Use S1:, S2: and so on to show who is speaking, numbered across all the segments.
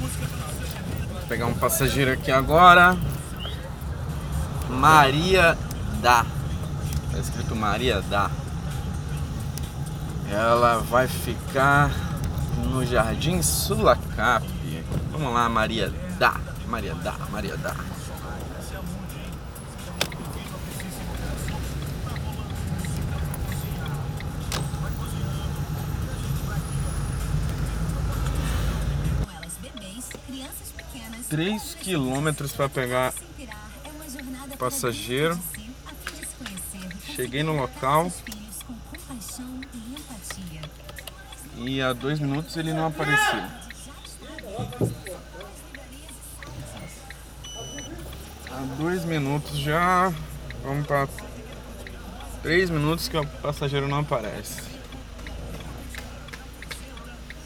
S1: Vou pegar um passageiro aqui agora. Maria da. Tá escrito Maria da. Ela vai ficar no Jardim Sulacap. Vamos lá, Maria da. Maria da, Maria da.
S2: elas bebês, crianças pequenas.
S1: 3 quilômetros para pegar.
S2: é
S1: passageiro. Cheguei no local. E há dois minutos ele não apareceu. Há dois minutos já. Vamos para três minutos que o passageiro não aparece.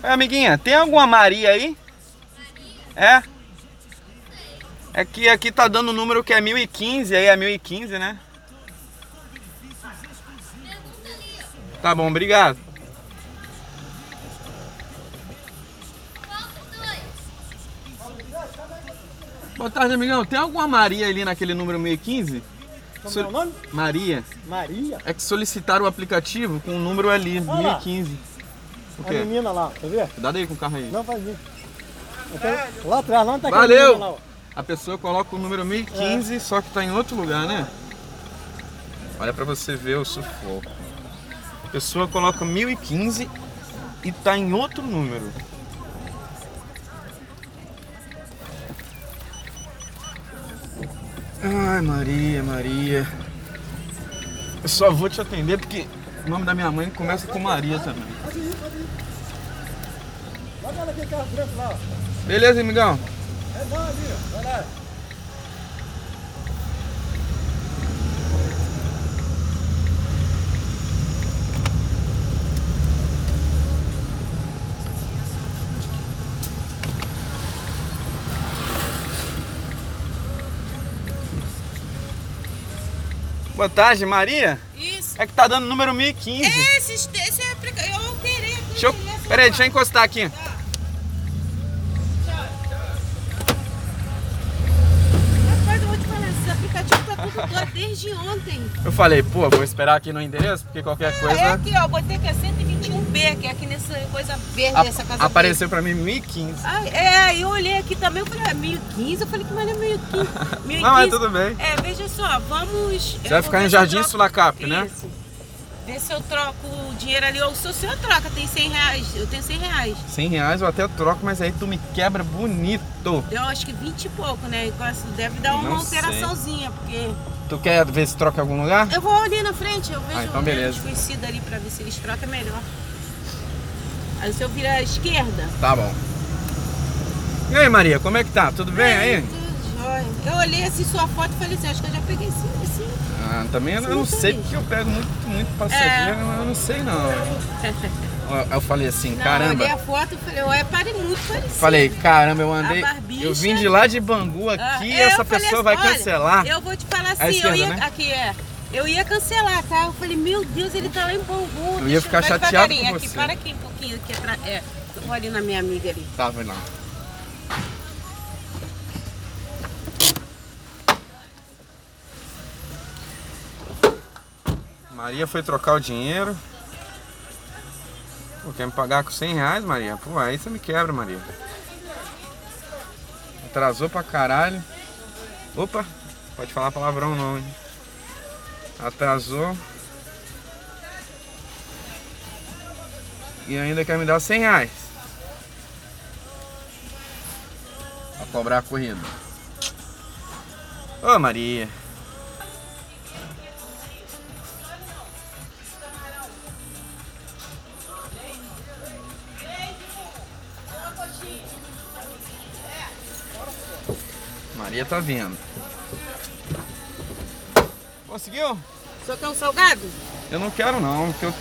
S1: É, amiguinha, tem alguma Maria aí? É? É que aqui tá dando o número que é 1015, aí é 1015, né? Tá bom, obrigado. Boa tarde, amigão. Tem alguma Maria ali naquele número 1015?
S3: Como é o nome?
S1: Maria.
S3: Maria.
S1: É que solicitaram o aplicativo com o número ali,
S3: lá.
S1: 1015. O
S3: A
S1: quê?
S3: menina lá, quer ver?
S1: Cuidado aí com o carro aí.
S3: Não faz isso. Até lá atrás, lá não tá aquela
S1: Valeu.
S3: menina lá, ó.
S1: A pessoa coloca o número
S3: É.
S1: 1015, só que tá em outro lugar, né? Olha pra você ver o sufoco. A pessoa coloca 1015 e tá em outro número. Ai, Maria, Maria. Eu só vou te atender porque o nome da minha mãe começa com Maria também.
S3: Pode ir, pode ir. Olha lá aquele carro branco lá, ó.
S1: Beleza, amigão?
S3: É lá ali, ó. Vai lá.
S1: Boa tarde, Maria.
S4: Isso.
S1: É que tá dando número 1015.
S4: Esse, esse é aplica- Eu alterei aqui.
S1: Deixa eu...
S4: é
S1: Peraí, deixa eu encostar aqui.
S4: Rapaz, eu vou te falar, esse aplicativo tá tudo doido desde ontem.
S1: Eu falei, pô, vou esperar aqui no endereço, porque qualquer coisa.
S4: É aqui, ó. Botei que é 121B, que é aqui nessa coisa verde,
S1: ap-
S4: essa casa
S1: apareceu pra mim 1015.
S4: verde. Ai, é, aí eu olhei aqui também, eu falei, ah, 1015? Eu falei que mais é 1015. 1015.
S1: Não, mas tudo bem.
S4: É, veja só, vamos.
S1: Você vai ficar em Jardim Sulacap, né?
S4: Isso. Vê se eu troco o dinheiro ali, ou se o senhor troca, tem 100 reais. Eu tenho 100 reais.
S1: 100 reais eu até troco, mas aí tu me quebra bonito.
S4: Deu acho que 20 e pouco, né? E com essa- Deve dar
S1: Não
S4: uma
S1: sei.
S4: alteraçãozinha, porque.
S1: Tu quer ver se troca em algum lugar?
S4: Eu vou ali na frente, eu vejo
S1: Ah, então
S4: um
S1: beleza.
S4: desconhecido ali pra ver se eles trocam é melhor. Aí se eu virar à esquerda.
S1: Tá bom. E aí, Maria, como é que tá? Tudo bem aí?
S4: Tudo jóia. Eu olhei assim sua foto e falei assim, acho que eu já peguei sim, sim.
S1: Ah, também eu não
S4: Tudo
S1: sei,
S4: bem. É.
S1: porque eu pego muito, muito passageiro, eu não sei não. Eu- Eu falei assim,
S4: Não, Eu olhei
S1: caramba.
S4: a foto e falei, ué, pare muito parecido.
S1: Falei, caramba, eu andei.
S4: barbicha.
S1: Eu vim de lá de Bangu
S4: Ah,
S1: aqui e
S4: é, eu
S1: essa
S4: falei
S1: pessoa
S4: assim,
S1: vai
S4: olha,
S1: cancelar.
S4: Eu vou te falar assim,
S1: À
S4: eu
S1: esquerda,
S4: ia.
S1: né?
S4: Aqui é. Eu ia cancelar, tá? Eu falei, meu Deus, ele tá lá em Bangu.
S1: Eu ia
S4: deixa
S1: ficar
S4: vai
S1: chateado
S4: devagarinho
S1: com
S4: aqui,
S1: você.
S4: Para aqui um pouquinho, aqui atrás. É, eu vou ali na minha amiga ali.
S1: Tá, vai lá. Maria foi trocar o dinheiro. Pô, quer me pagar com 100 reais, Maria? Pô, aí você me quebra, Maria. Atrasou pra caralho. Opa, pode falar palavrão não, hein? Atrasou. E ainda quer me dar 100 reais. Pra cobrar a corrida. Ô Maria. Maria tá vindo. Conseguiu?
S4: O senhor quer um salgado?
S1: Eu não quero não, porque eu,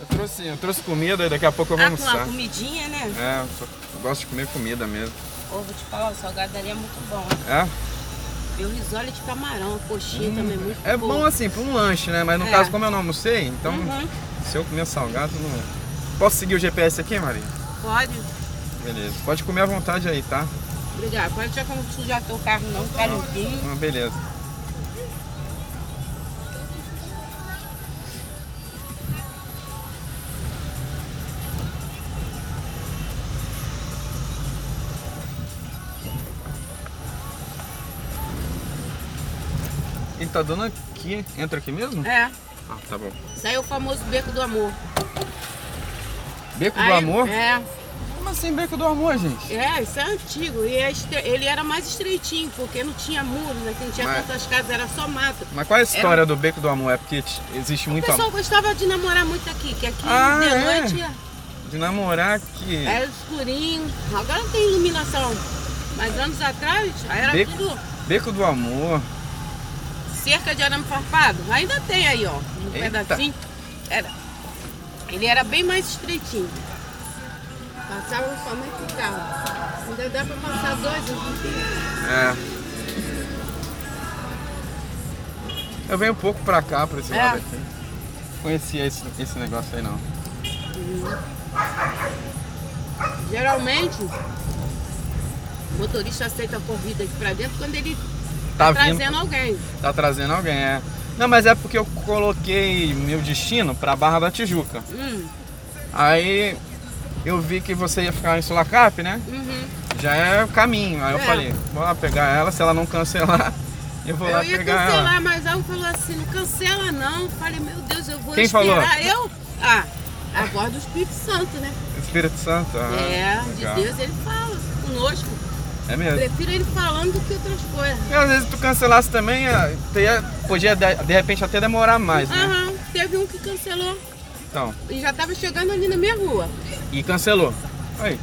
S1: eu trouxe, eu trouxe comida e daqui a pouco eu vou
S4: Ah, com uma
S1: almoçar.
S4: comidinha, né?
S1: É, eu, só- eu gosto de comer comida mesmo.
S4: Ô, vou te falar, o salgado ali é muito bom. hein?
S1: É?
S4: E o risole de camarão, a coxinha também é muito
S1: É
S4: boa.
S1: bom assim, pra um lanche, né? Mas no
S4: É.
S1: caso, como eu não almocei, então
S4: Uhum.
S1: se eu comer salgado, não. Posso seguir o GPS aqui, Maria?
S4: Pode?
S1: Beleza. Pode comer à vontade aí, tá?
S4: Obrigada. Pode deixar como sujar teu carro não, tá limpinho.
S1: Ah, beleza. E tá dando aqui. Entra aqui mesmo?
S4: É.
S1: Ah, tá bom.
S4: Saiu o famoso beco do amor.
S1: Beco do
S4: Aí-
S1: amor?
S4: É.
S1: Como assim beco do amor, gente?
S4: É, isso é antigo. E é estre- ele era mais estreitinho, porque não tinha muros, né? Que não tinha
S1: Mas-
S4: tantas casas, era só mato.
S1: Mas qual é a história do beco do amor? É porque t- existe
S4: O
S1: muito
S4: pessoal
S1: amor.
S4: gostava de namorar muito aqui, que aqui
S1: Então. Ah,
S4: de
S1: é?
S4: noite
S1: De namorar que.
S4: era escurinho. Agora não tem iluminação. Mas anos atrás era
S1: Beco-
S4: tudo
S1: Beco do amor.
S4: cerca de arame farpado. Ainda tem aí, ó. Um
S1: Eita.
S4: pedacinho. Era. Ele era bem mais estreitinho. Passava somente o carro. Ainda dá pra passar dois. né?
S1: É. Eu venho um pouco pra cá, pra esse
S4: É.
S1: lado aqui. Conhecia esse, esse negócio aí não.
S4: Geralmente, o motorista aceita a corrida aqui pra dentro quando ele
S1: Tá
S4: tá,
S1: vindo.
S4: trazendo alguém.
S1: Tá trazendo alguém, é. Não, mas é porque eu coloquei meu destino pra Barra da Tijuca.
S4: Hum,
S1: Aí eu vi que você ia ficar em Sulacap, né?
S4: uhum.
S1: Já é o caminho. Aí eu
S4: É.
S1: falei, vou lá pegar ela, se ela não cancelar, eu vou lá
S4: eu ia
S1: pegar
S4: cancelar,
S1: ela.
S4: mas alguém falou assim, não cancela não. Eu Falei, meu Deus, eu vou
S1: Quem
S4: esperar. Eu? Ah, a voz do Espírito Santo, né?
S1: Espírito Santo. ah,
S4: é, de
S1: legal.
S4: Deus ele fala conosco.
S1: É
S4: Eu
S1: mesmo.
S4: prefiro ele falando do que outras coisas.
S1: E às vezes tu cancelasse também, ah, tu ia- podia de de repente até demorar mais, né?
S4: Aham, teve um que cancelou
S1: Então,
S4: e já tava chegando ali na minha rua.
S1: e cancelou. Aí,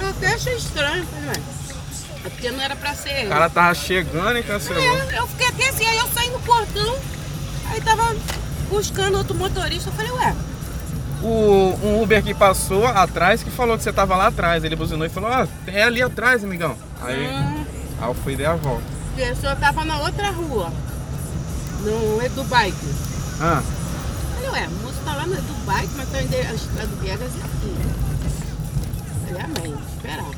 S4: Eu até achei estranho, falei, mas é porque não era pra ser
S1: o
S4: ele.
S1: cara tava chegando e cancelou.
S4: É, eu fiquei até assim, aí eu saí no portão, aí tava buscando outro motorista, eu falei, ué,
S1: O, um Uber que passou atrás, que falou que você tava lá atrás, ele buzinou e falou, ó, é ali atrás, amigão. Aí,
S4: hum,
S1: aí eu fui e dei a volta.
S4: a pessoa tava na outra rua, no Edu Bike.
S1: Ah,
S4: Eu Falei, ué, o moço tá lá no Edu Bike, mas tá indo- a estrada do Viegas é aqui. Eu Falei, amém, vou esperar.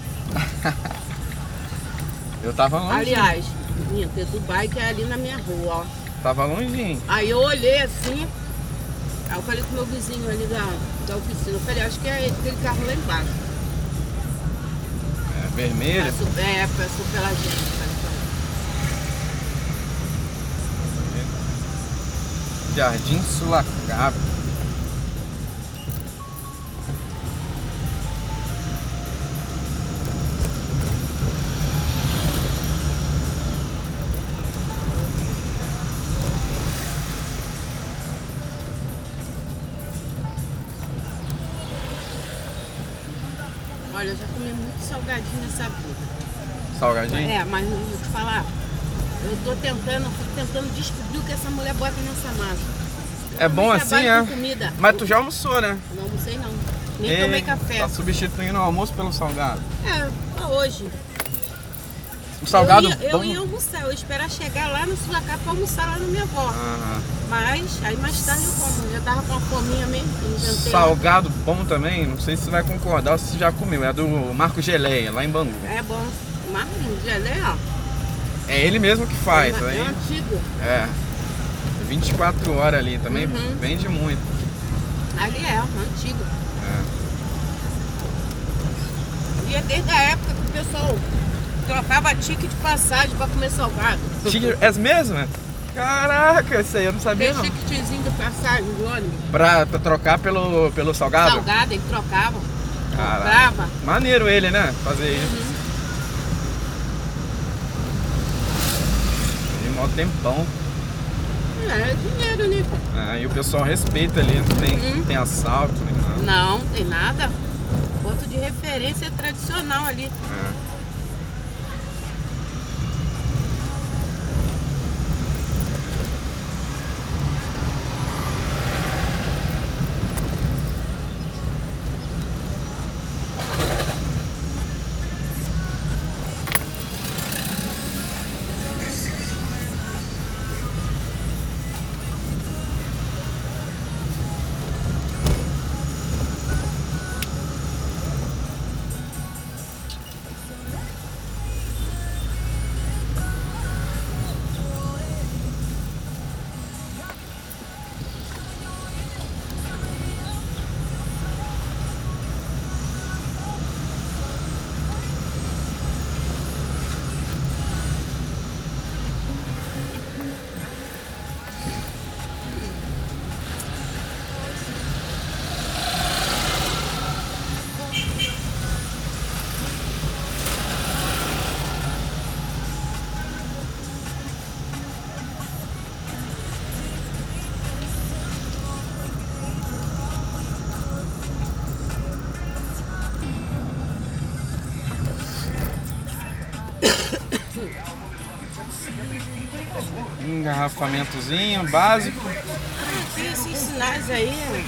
S1: eu tava longe.
S4: Aliás, minha, Edu Bike é ali na minha rua, ó.
S1: Tava longe, hein?
S4: Aí eu olhei assim, aí eu falei com meu vizinho ali da, da oficina, eu falei, acho que é aquele carro lá embaixo.
S1: É, vermelho.
S4: Passou, é, passou pela gente. falei, "Tá
S1: Jardim Sulacap.
S4: Olha, eu já comi muito salgadinho nessa vida.
S1: Salgadinho?
S4: É, mas eu vou te falar, eu tô tentando, eu fico tentando descobrir o que essa mulher bota nessa massa.
S1: É, bom
S4: Eu
S1: assim,
S4: trabalho
S1: é?
S4: com comida.
S1: Mas tu já almoçou, né?
S4: Não almocei não. Nem
S1: Ei,
S4: tomei café.
S1: Tá substituindo o almoço pelo salgado.
S4: É, só hoje.
S1: O salgado
S4: eu, ia,
S1: bom.
S4: eu ia um almoçar, eu ia esperar chegar lá no Sulacá pra almoçar lá na minha avó.
S1: Aham.
S4: Mas aí mais tarde eu como. Eu tava com uma fominha mesmo, eu inventei.
S1: Salgado bom também, não sei se você vai concordar ou se você já comeu. É do Marco Geleia, lá em Bangu.
S4: É bom. Marquinhos, gelé, ó.
S1: É ele mesmo que faz,
S4: é, é
S1: aí.
S4: antigo.
S1: É. 24 horas ali também
S4: Uhum.
S1: vende muito.
S4: Ali é, antigo.
S1: É.
S4: E é desde a época que o pessoal trocava tique de passagem pra comer salgado.
S1: Tigre, é mesmo? é? Caraca, isso aí eu não sabia
S4: Tem
S1: não.
S4: tiquetezinho de passagem do ônibus.
S1: Pra, pra trocar pelo, pelo salgado?
S4: Salgado, ele trocava.
S1: Caraca.
S4: Comprava.
S1: Maneiro ele, né? Fazer
S4: Uhum.
S1: isso. Tem mó tempão.
S4: É dinheiro, né?
S1: Aí o pessoal respeita ali, não tem,
S4: Uhum.
S1: não tem assalto nem nada.
S4: Não, tem nada. Ponto de referência é tradicional ali.
S1: É. Um engarrafamentozinho básico.
S4: E esses sinais aí, né?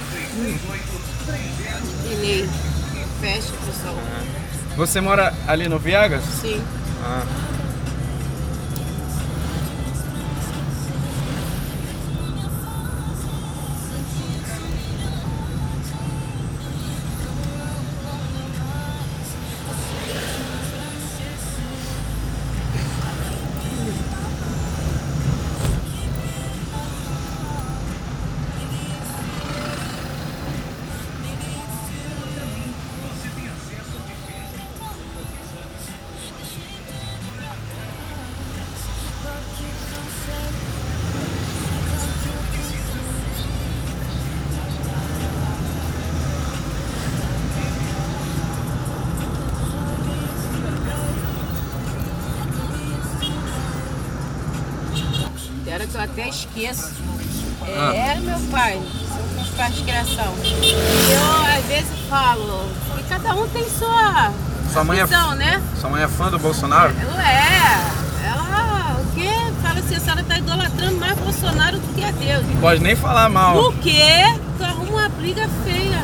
S4: ele fecha, pessoal.
S1: Você mora ali no Viegas?
S4: Sim.
S1: Ah.
S4: Tem hora que eu até esqueço. É,
S1: Ah.
S4: Era meu pai, meus pais de criação. E eu, às vezes, falo, e cada um tem sua
S1: Sua mãe é-
S4: visão, né?
S1: Sua mãe é fã do Bolsonaro?
S4: Ela é. Ela, o quê? Fala assim, a senhora tá idolatrando mais Bolsonaro do que a Deus.
S1: Pode nem falar mal.
S4: Por quê? Tu arruma uma briga feia.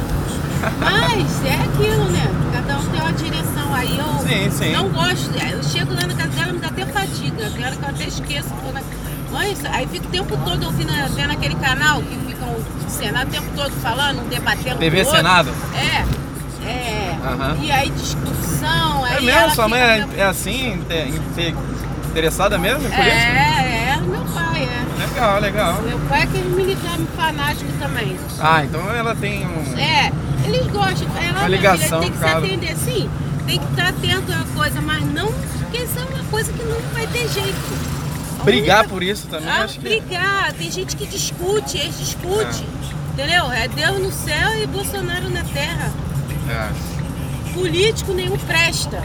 S4: Mas é aquilo, né? Cada um tem uma direção. Aí eu
S1: Sim, sim.
S4: não gosto. É, Eu chego lá na casa dela, me dá até fadiga. Tem hora que eu até esqueço. que eu tô na- Mãe, isso- aí fico o tempo todo ouvindo, vendo aquele canal que ficam o Senado o tempo todo falando, um debatendo. com
S1: TV
S4: o outro.
S1: Senado?
S4: É. É.
S1: Aham.
S4: E aí discussão.
S1: É
S4: aí
S1: mesmo?
S4: ela
S1: Sua mãe
S4: fica
S1: é,
S4: também-
S1: é assim, inte- inte- interessada mesmo por isso? Então.
S4: É, é, meu pai, é.
S1: Legal, legal.
S4: Meu pai é aquele militar fanático também.
S1: Ah, então ela tem um.
S4: É, eles gostam, ela
S1: Uma ligação,
S4: tem que
S1: claro.
S4: se atender, sim, tem que estar atento à coisa, mas não, porque isso é uma coisa que não vai ter jeito. A
S1: Brigar
S4: única-
S1: por isso também,
S4: Ah,
S1: acho que. é.
S4: brigar, tem gente que discute, eles discutem, entendeu? É Deus no céu e Bolsonaro na terra.
S1: É.
S4: Político nenhum presta.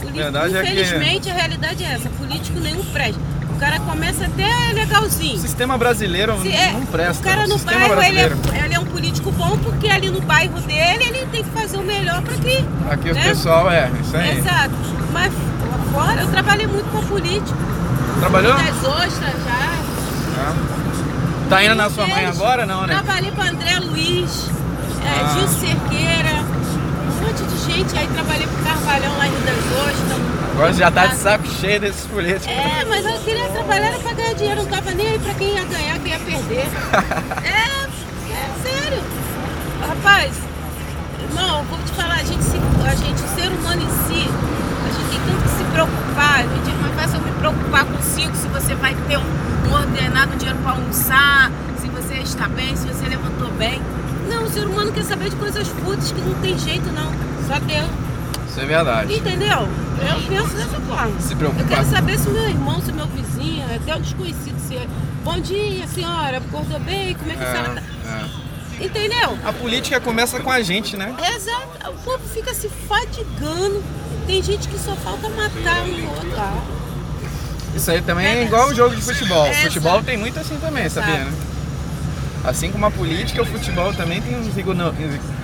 S4: Político,
S1: Verdade é que-
S4: infelizmente a realidade é essa, político nenhum presta. O cara começa até legalzinho.
S1: O sistema brasileiro
S4: Se é,
S1: não presta.
S4: O cara no
S1: sistema
S4: bairro, ele é,
S1: brasileiro.
S4: ele é um político bom, porque ali no bairro dele ele tem que fazer o melhor para que.
S1: Aqui
S4: né?
S1: o pessoal é, isso aí.
S4: Exato. Mas lá fora eu trabalhei muito com político.
S1: Trabalhou?
S4: Nas ostras já.
S1: É. Tá indo na sua mãe
S4: Eles-
S1: agora, não, né?
S4: Trabalhei com André Luiz, é,
S1: Ah.
S4: Gil Cerqueira, um monte de gente. Aí trabalhei com Carvalhão lá em Rio das Ostras.
S1: Agora já tá de saco cheio desses políticos.
S4: É, mas eu queria trabalhar era pra ganhar dinheiro, não tava nem aí pra quem ia ganhar, quem ia perder. É, é sério. Rapaz, irmão, eu vou te falar, a gente, se- a gente, o ser humano em si, a gente tem tanto que se preocupar. A gente não faz eu me preocupar consigo se você vai ter um, um ordenado, um dinheiro pra almoçar, se você está bem, se você levantou bem. Não, o ser humano quer saber de coisas fúteis que não tem jeito, não. Só Deus.
S1: Isso é verdade.
S4: Entendeu? Eu penso dessa forma.
S1: Se preocupar.
S4: Eu quero saber se meu irmão, se meu vizinho, até o desconhecido, se é. Bom dia, senhora, acordou bem? Como é que a senhora tá?
S1: É,
S4: Entendeu?
S1: é. A política começa com a gente, né?
S4: Exato. O povo fica se fadigando. Tem gente que só falta matar um outro. Ah,
S1: Isso aí também é
S4: Verdade.
S1: igual o jogo de futebol.
S4: é, Exato.
S1: Futebol tem muito assim também, sabia?
S4: Exato.
S1: né? Assim como a política, o futebol também tem uns igno-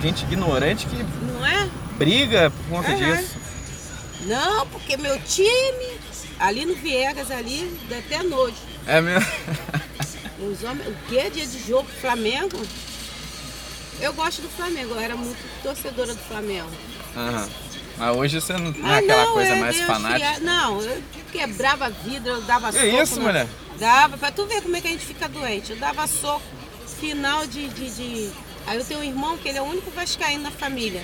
S1: gente ignorante que
S4: Não é?
S1: briga por conta
S4: Aham.
S1: disso.
S4: Não, porque meu time, ali no Viegas, ali, dá até nojo.
S1: É mesmo?
S4: Os homens, o que? Dia de jogo Flamengo? Eu gosto do Flamengo, eu era muito torcedora do Flamengo.
S1: Aham. Mas hoje você não não é
S4: Ah,
S1: aquela
S4: não,
S1: coisa
S4: é,
S1: mais
S4: Deus
S1: fanática.
S4: fia- Não, eu quebrava vidro, eu dava
S1: Que
S4: soco.
S1: isso,
S4: na-
S1: mulher?
S4: Dava, pra tu ver como é que a gente fica doente. Eu dava soco, final de. de, de- Aí eu tenho um irmão que ele é o único vascaíno na família.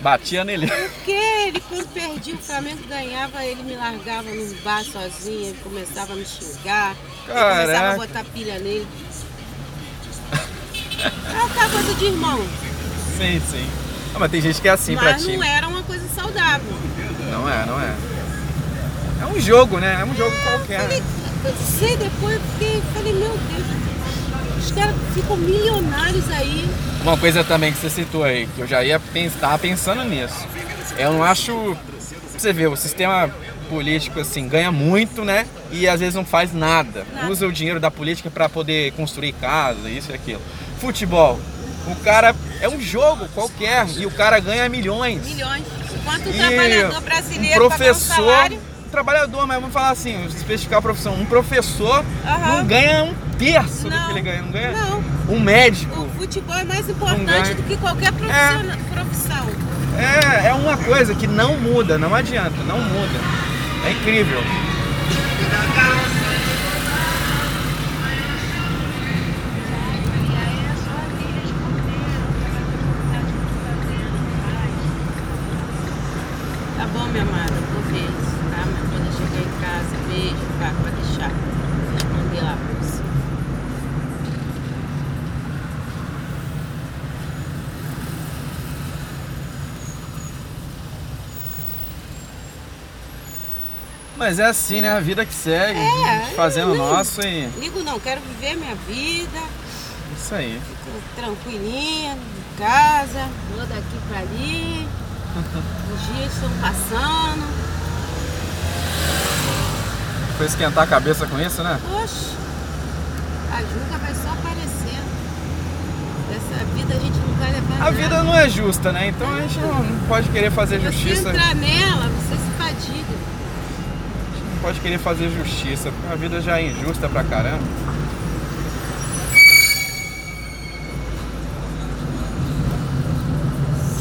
S1: Batia nele.
S4: Porque ele, quando perdia o Flamengo, ganhava, ele me largava num bar sozinho, ele começava a me xingar, ele começava
S1: Caraca.
S4: a botar pilha nele. É aquela coisa de irmão,
S1: Sim, sim. Ah, mas tem gente que é assim pra
S4: mas
S1: ti.
S4: não era uma coisa saudável.
S1: Não é, não é. É um jogo, né? É um jogo qualquer.
S4: Falei,
S1: né?
S4: eu sei depois, eu fiquei, falei, meu Deus, os caras ficam milionários aí.
S1: Uma coisa também que você citou aí, que eu já ia estar pensando nisso. Eu não acho. Você vê, o sistema político assim ganha muito, né? E às vezes não faz nada.
S4: Nada.
S1: Usa o dinheiro da política pra poder construir casa, isso e aquilo. Futebol. O cara é um jogo qualquer e o cara ganha milhões.
S4: Milhões. Enquanto o
S1: E
S4: trabalhador
S1: um
S4: brasileiro paga um
S1: professor um
S4: salário,
S1: trabalhador, mas vamos falar assim, vamos especificar a profissão. Um professor
S4: Aham.
S1: não ganha um terço do
S4: Não.
S1: que ele ganha, não ganha?
S4: Não.
S1: Um médico.
S4: O futebol é mais
S1: Não
S4: importante
S1: ganha.
S4: do que qualquer profissio- profissão.
S1: É, é uma coisa que não muda, não adianta, não muda. É incrível.
S4: Tá bom, minha amada, eu vou ver isso, tá? Mas quando eu chegar em casa, beijo, tá? Pra deixar. Mandei lá pra você.
S1: Mas é assim, né? A vida que segue,
S4: É,
S1: a gente fazendo o
S4: não.
S1: nosso e
S4: Ligo não, quero viver minha vida,
S1: isso aí.
S4: fico tranquilinha, em casa, vou daqui pra ali. Os dias estão passando.
S1: Foi esquentar a cabeça com isso, né?
S4: Oxe, a Juca vai só aparecendo. Essa vida a gente não vai levar
S1: A
S4: nada.
S1: vida é não é justa, né? Então a gente não não pode querer fazer
S4: Você
S1: justiça.
S4: entrar nela, você se fadiga.
S1: Não pode querer fazer justiça, porque a vida já é injusta pra caramba.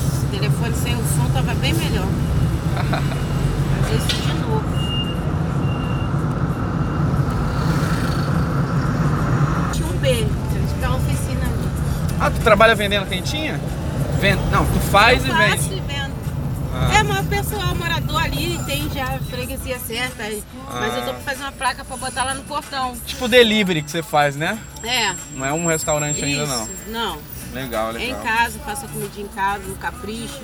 S4: Esse telefone sem o som tava bem melhor. Fazer isso de novo. 21B, se eu tiver uma oficina ali.
S1: Ah, tu trabalha vendendo quentinha? Vend... Não, tu faz e
S4: Eu
S1: vende.
S4: faço e vendo.
S1: Ah.
S4: É, mas o pessoal morador ali tem já a freguesia certa. aí. Mas
S1: Ah.
S4: eu tô pra fazer uma placa pra botar lá no portão.
S1: Tipo delivery que você faz, né?
S4: É.
S1: Não é um restaurante ainda, não.
S4: isso. Não.
S1: Legal,
S4: É em
S1: legal.
S4: casa, faço a comida em casa, no capricho.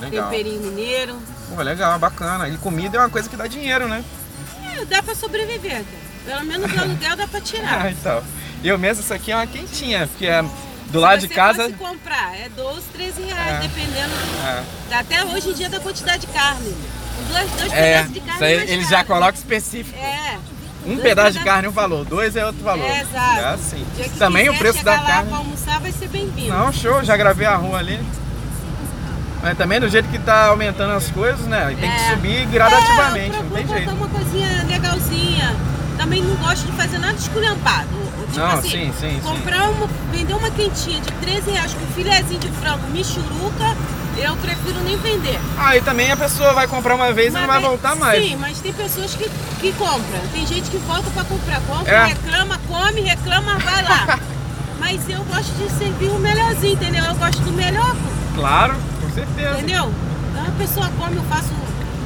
S1: Legal.
S4: Temperinho mineiro.
S1: Pô, legal, bacana. E comida é uma coisa que dá dinheiro, né?
S4: É, dá pra sobreviver, cara. Pelo menos o aluguel dá pra
S1: Ah,
S4: tirar.
S1: então. Eu mesmo, essa aqui é uma quentinha, porque é do lado de
S4: Se você
S1: casa.
S4: fosse comprar, é 12, 13 reais,
S1: É.
S4: dependendo do...
S1: É.
S4: dá Até hoje em dia da quantidade de carne. Dois, dois
S1: É,
S4: pedaços um de carne
S1: isso aí
S4: mais
S1: eles
S4: caro.
S1: já colocam específico.
S4: É,
S1: Um
S4: Dois
S1: pedaço de
S4: pedaços.
S1: carne é um valor, dois é outro valor.
S4: é, exato.
S1: É assim.
S4: O dia que
S1: Também o
S4: quiser
S1: preço
S4: chegar
S1: da
S4: lá
S1: carne.
S4: pra almoçar vai ser bem-vindo.
S1: Não, show, já gravei a rua ali. Mas também do jeito que tá aumentando as coisas, né? Tem que
S4: É.
S1: subir
S4: É,
S1: gradativamente,
S4: eu
S1: não
S4: procuro
S1: tem
S4: botar
S1: jeito.
S4: uma coisinha legalzinha. Também não gosto de fazer nada esculhambado. Tipo
S1: Não,
S4: assim,
S1: sim, sim, sim.
S4: comprar uma, vender uma quentinha de 13 reais com filézinho de frango michuruca, eu prefiro nem vender.
S1: Aí também a pessoa vai comprar uma vez e não vai
S4: Mas-
S1: voltar mais.
S4: Sim, mas tem pessoas que, que compram. Tem gente que volta pra comprar. Compra,
S1: É.
S4: reclama, come, reclama, vai lá. mas eu gosto de servir o melhorzinho, entendeu? Eu gosto do melhor,
S1: Claro, com certeza.
S4: entendeu? Então a pessoa come, eu faço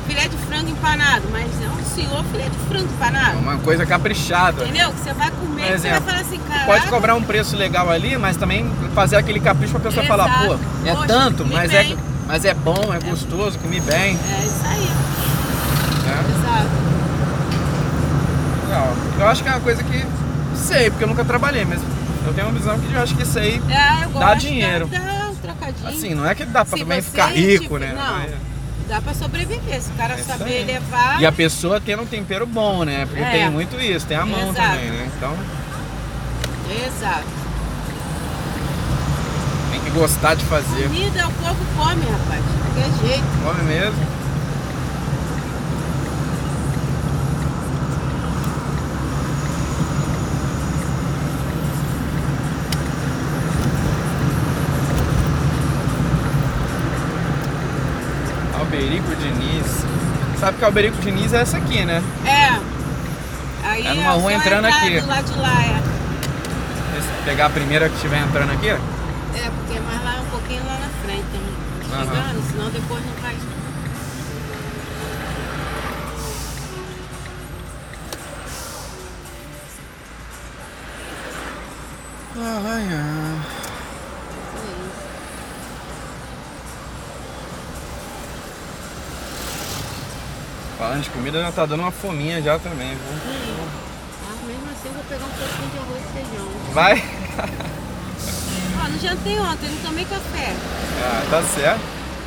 S4: filé de frango empanado, mas é um senhor filé de frango
S1: É
S4: empanado.
S1: Uma coisa caprichada.
S4: Entendeu? Que você vai
S1: Por
S4: comer, que você vai
S1: exemplo,
S4: falar assim,
S1: tu
S4: cara.
S1: pode cobrar um preço legal ali, mas também fazer aquele capricho pra pessoa falar, pô,
S4: Exato.
S1: é
S4: Poxa,
S1: tanto,
S4: comi
S1: mas é,
S4: bem.
S1: mas é bom, é gostoso, comi bem.
S4: É isso aí,
S1: Né?
S4: exato.
S1: Legal. Eu acho que é uma coisa que sei, porque eu nunca trabalhei, mas eu tenho uma visão que eu acho que sei.
S4: É, eu gosto.
S1: Dá dinheiro.
S4: Dá, dá um trocadinho.
S1: Assim, não é que dá pra
S4: Se
S1: também
S4: você,
S1: ficar rico,
S4: tipo,
S1: né?
S4: não.
S1: Mas-
S4: Dá pra sobreviver. Se o cara
S1: É isso
S4: saber
S1: aí.
S4: levar.
S1: E a pessoa tendo um tempero bom, né? Porque
S4: É.
S1: tem muito isso, tem a mão
S4: Exato.
S1: também, né? Então
S4: Exato.
S1: tem que gostar de fazer.
S4: Comida o povo come, rapaz. De qualquer jeito.
S1: Come mesmo. Alberico Diniz. Sabe que Alberico Diniz é essa aqui, né?
S4: É. Aí
S1: É numa
S4: ó,
S1: rua
S4: só
S1: entrando
S4: entrar
S1: aqui.
S4: Do lado de lá, é.
S1: Se pegar a primeira que estiver entrando aqui, ó.
S4: É, porque mais lá um pouquinho lá na frente. Então,
S1: Aham.
S4: chegando, senão depois não vai.
S1: Falando de comida, já tá dando uma fominha já também, viu?
S4: Mas mesmo assim eu vou pegar um pouquinho de arroz e feijão.
S1: Vai!
S4: Ó, não jantei ontem, não tomei café.
S1: Ah, tá certo.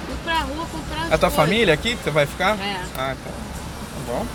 S4: Fui pra rua comprar as
S1: É a tua
S4: coisas.
S1: família aqui que você vai ficar?
S4: É.
S1: Ah, tá. Tá bom.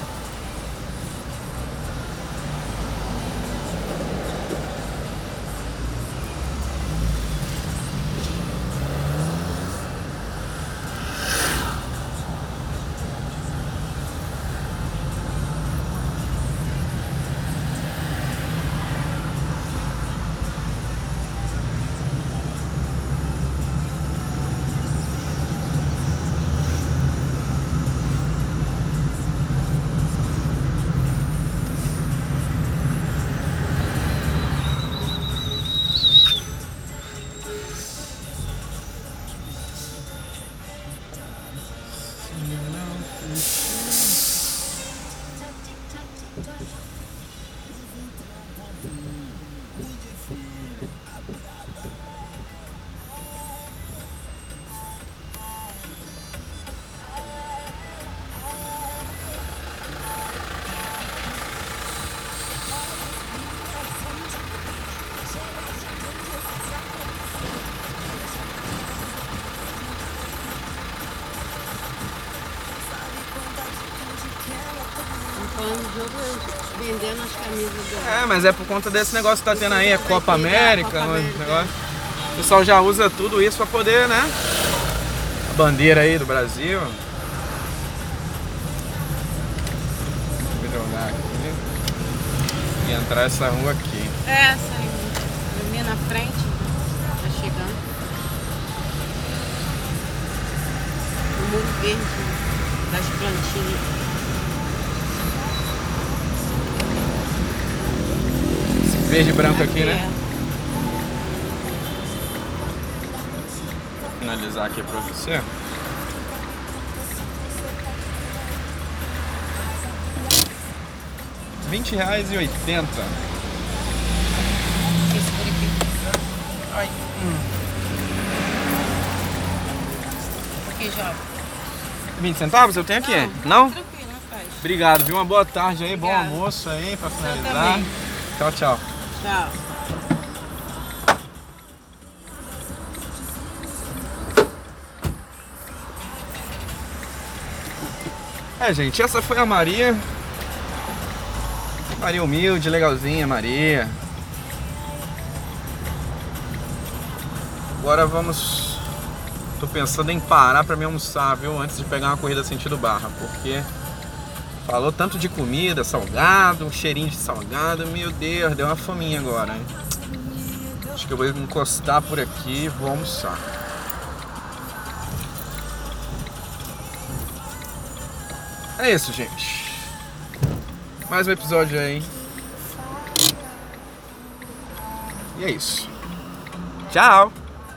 S4: acompanho o jogo eu vendendo as camisas do.
S1: É, mas é por conta desse negócio que tá tendo aí, a Copa América,
S4: Copa América.
S1: o negócio. O pessoal já usa tudo isso pra poder, né? A bandeira aí do Brasil. Vou jogar aqui. E entrar essa rua aqui.
S4: É, saiu. Dormia na frente, tá chegando. O muro verde das plantinhas.
S1: Esse verde e branco aqui, né? finalizar aqui pra você. Vinte reais e oitenta. Ai.
S4: Aqui, jovem.
S1: 20 centavos eu tenho aqui? Não?
S4: Tranquilo, rapaz.
S1: Obrigado, viu? Uma boa tarde aí, bom
S4: Obrigada.
S1: almoço aí pra finalizar.
S4: também.
S1: Tchau, tchau.
S4: Tchau.
S1: É, gente, essa foi a Maria. Maria humilde, legalzinha, Maria. Agora vamos. Tô pensando em parar pra me almoçar, viu? Antes de pegar uma corrida sentido barra, porque falou tanto de comida, salgado, um cheirinho de salgado, meu Deus, deu uma fominha agora, hein? Acho que eu vou encostar por aqui e vou almoçar. É isso, gente. Mais um episódio aí. hein? E é isso. Tchau!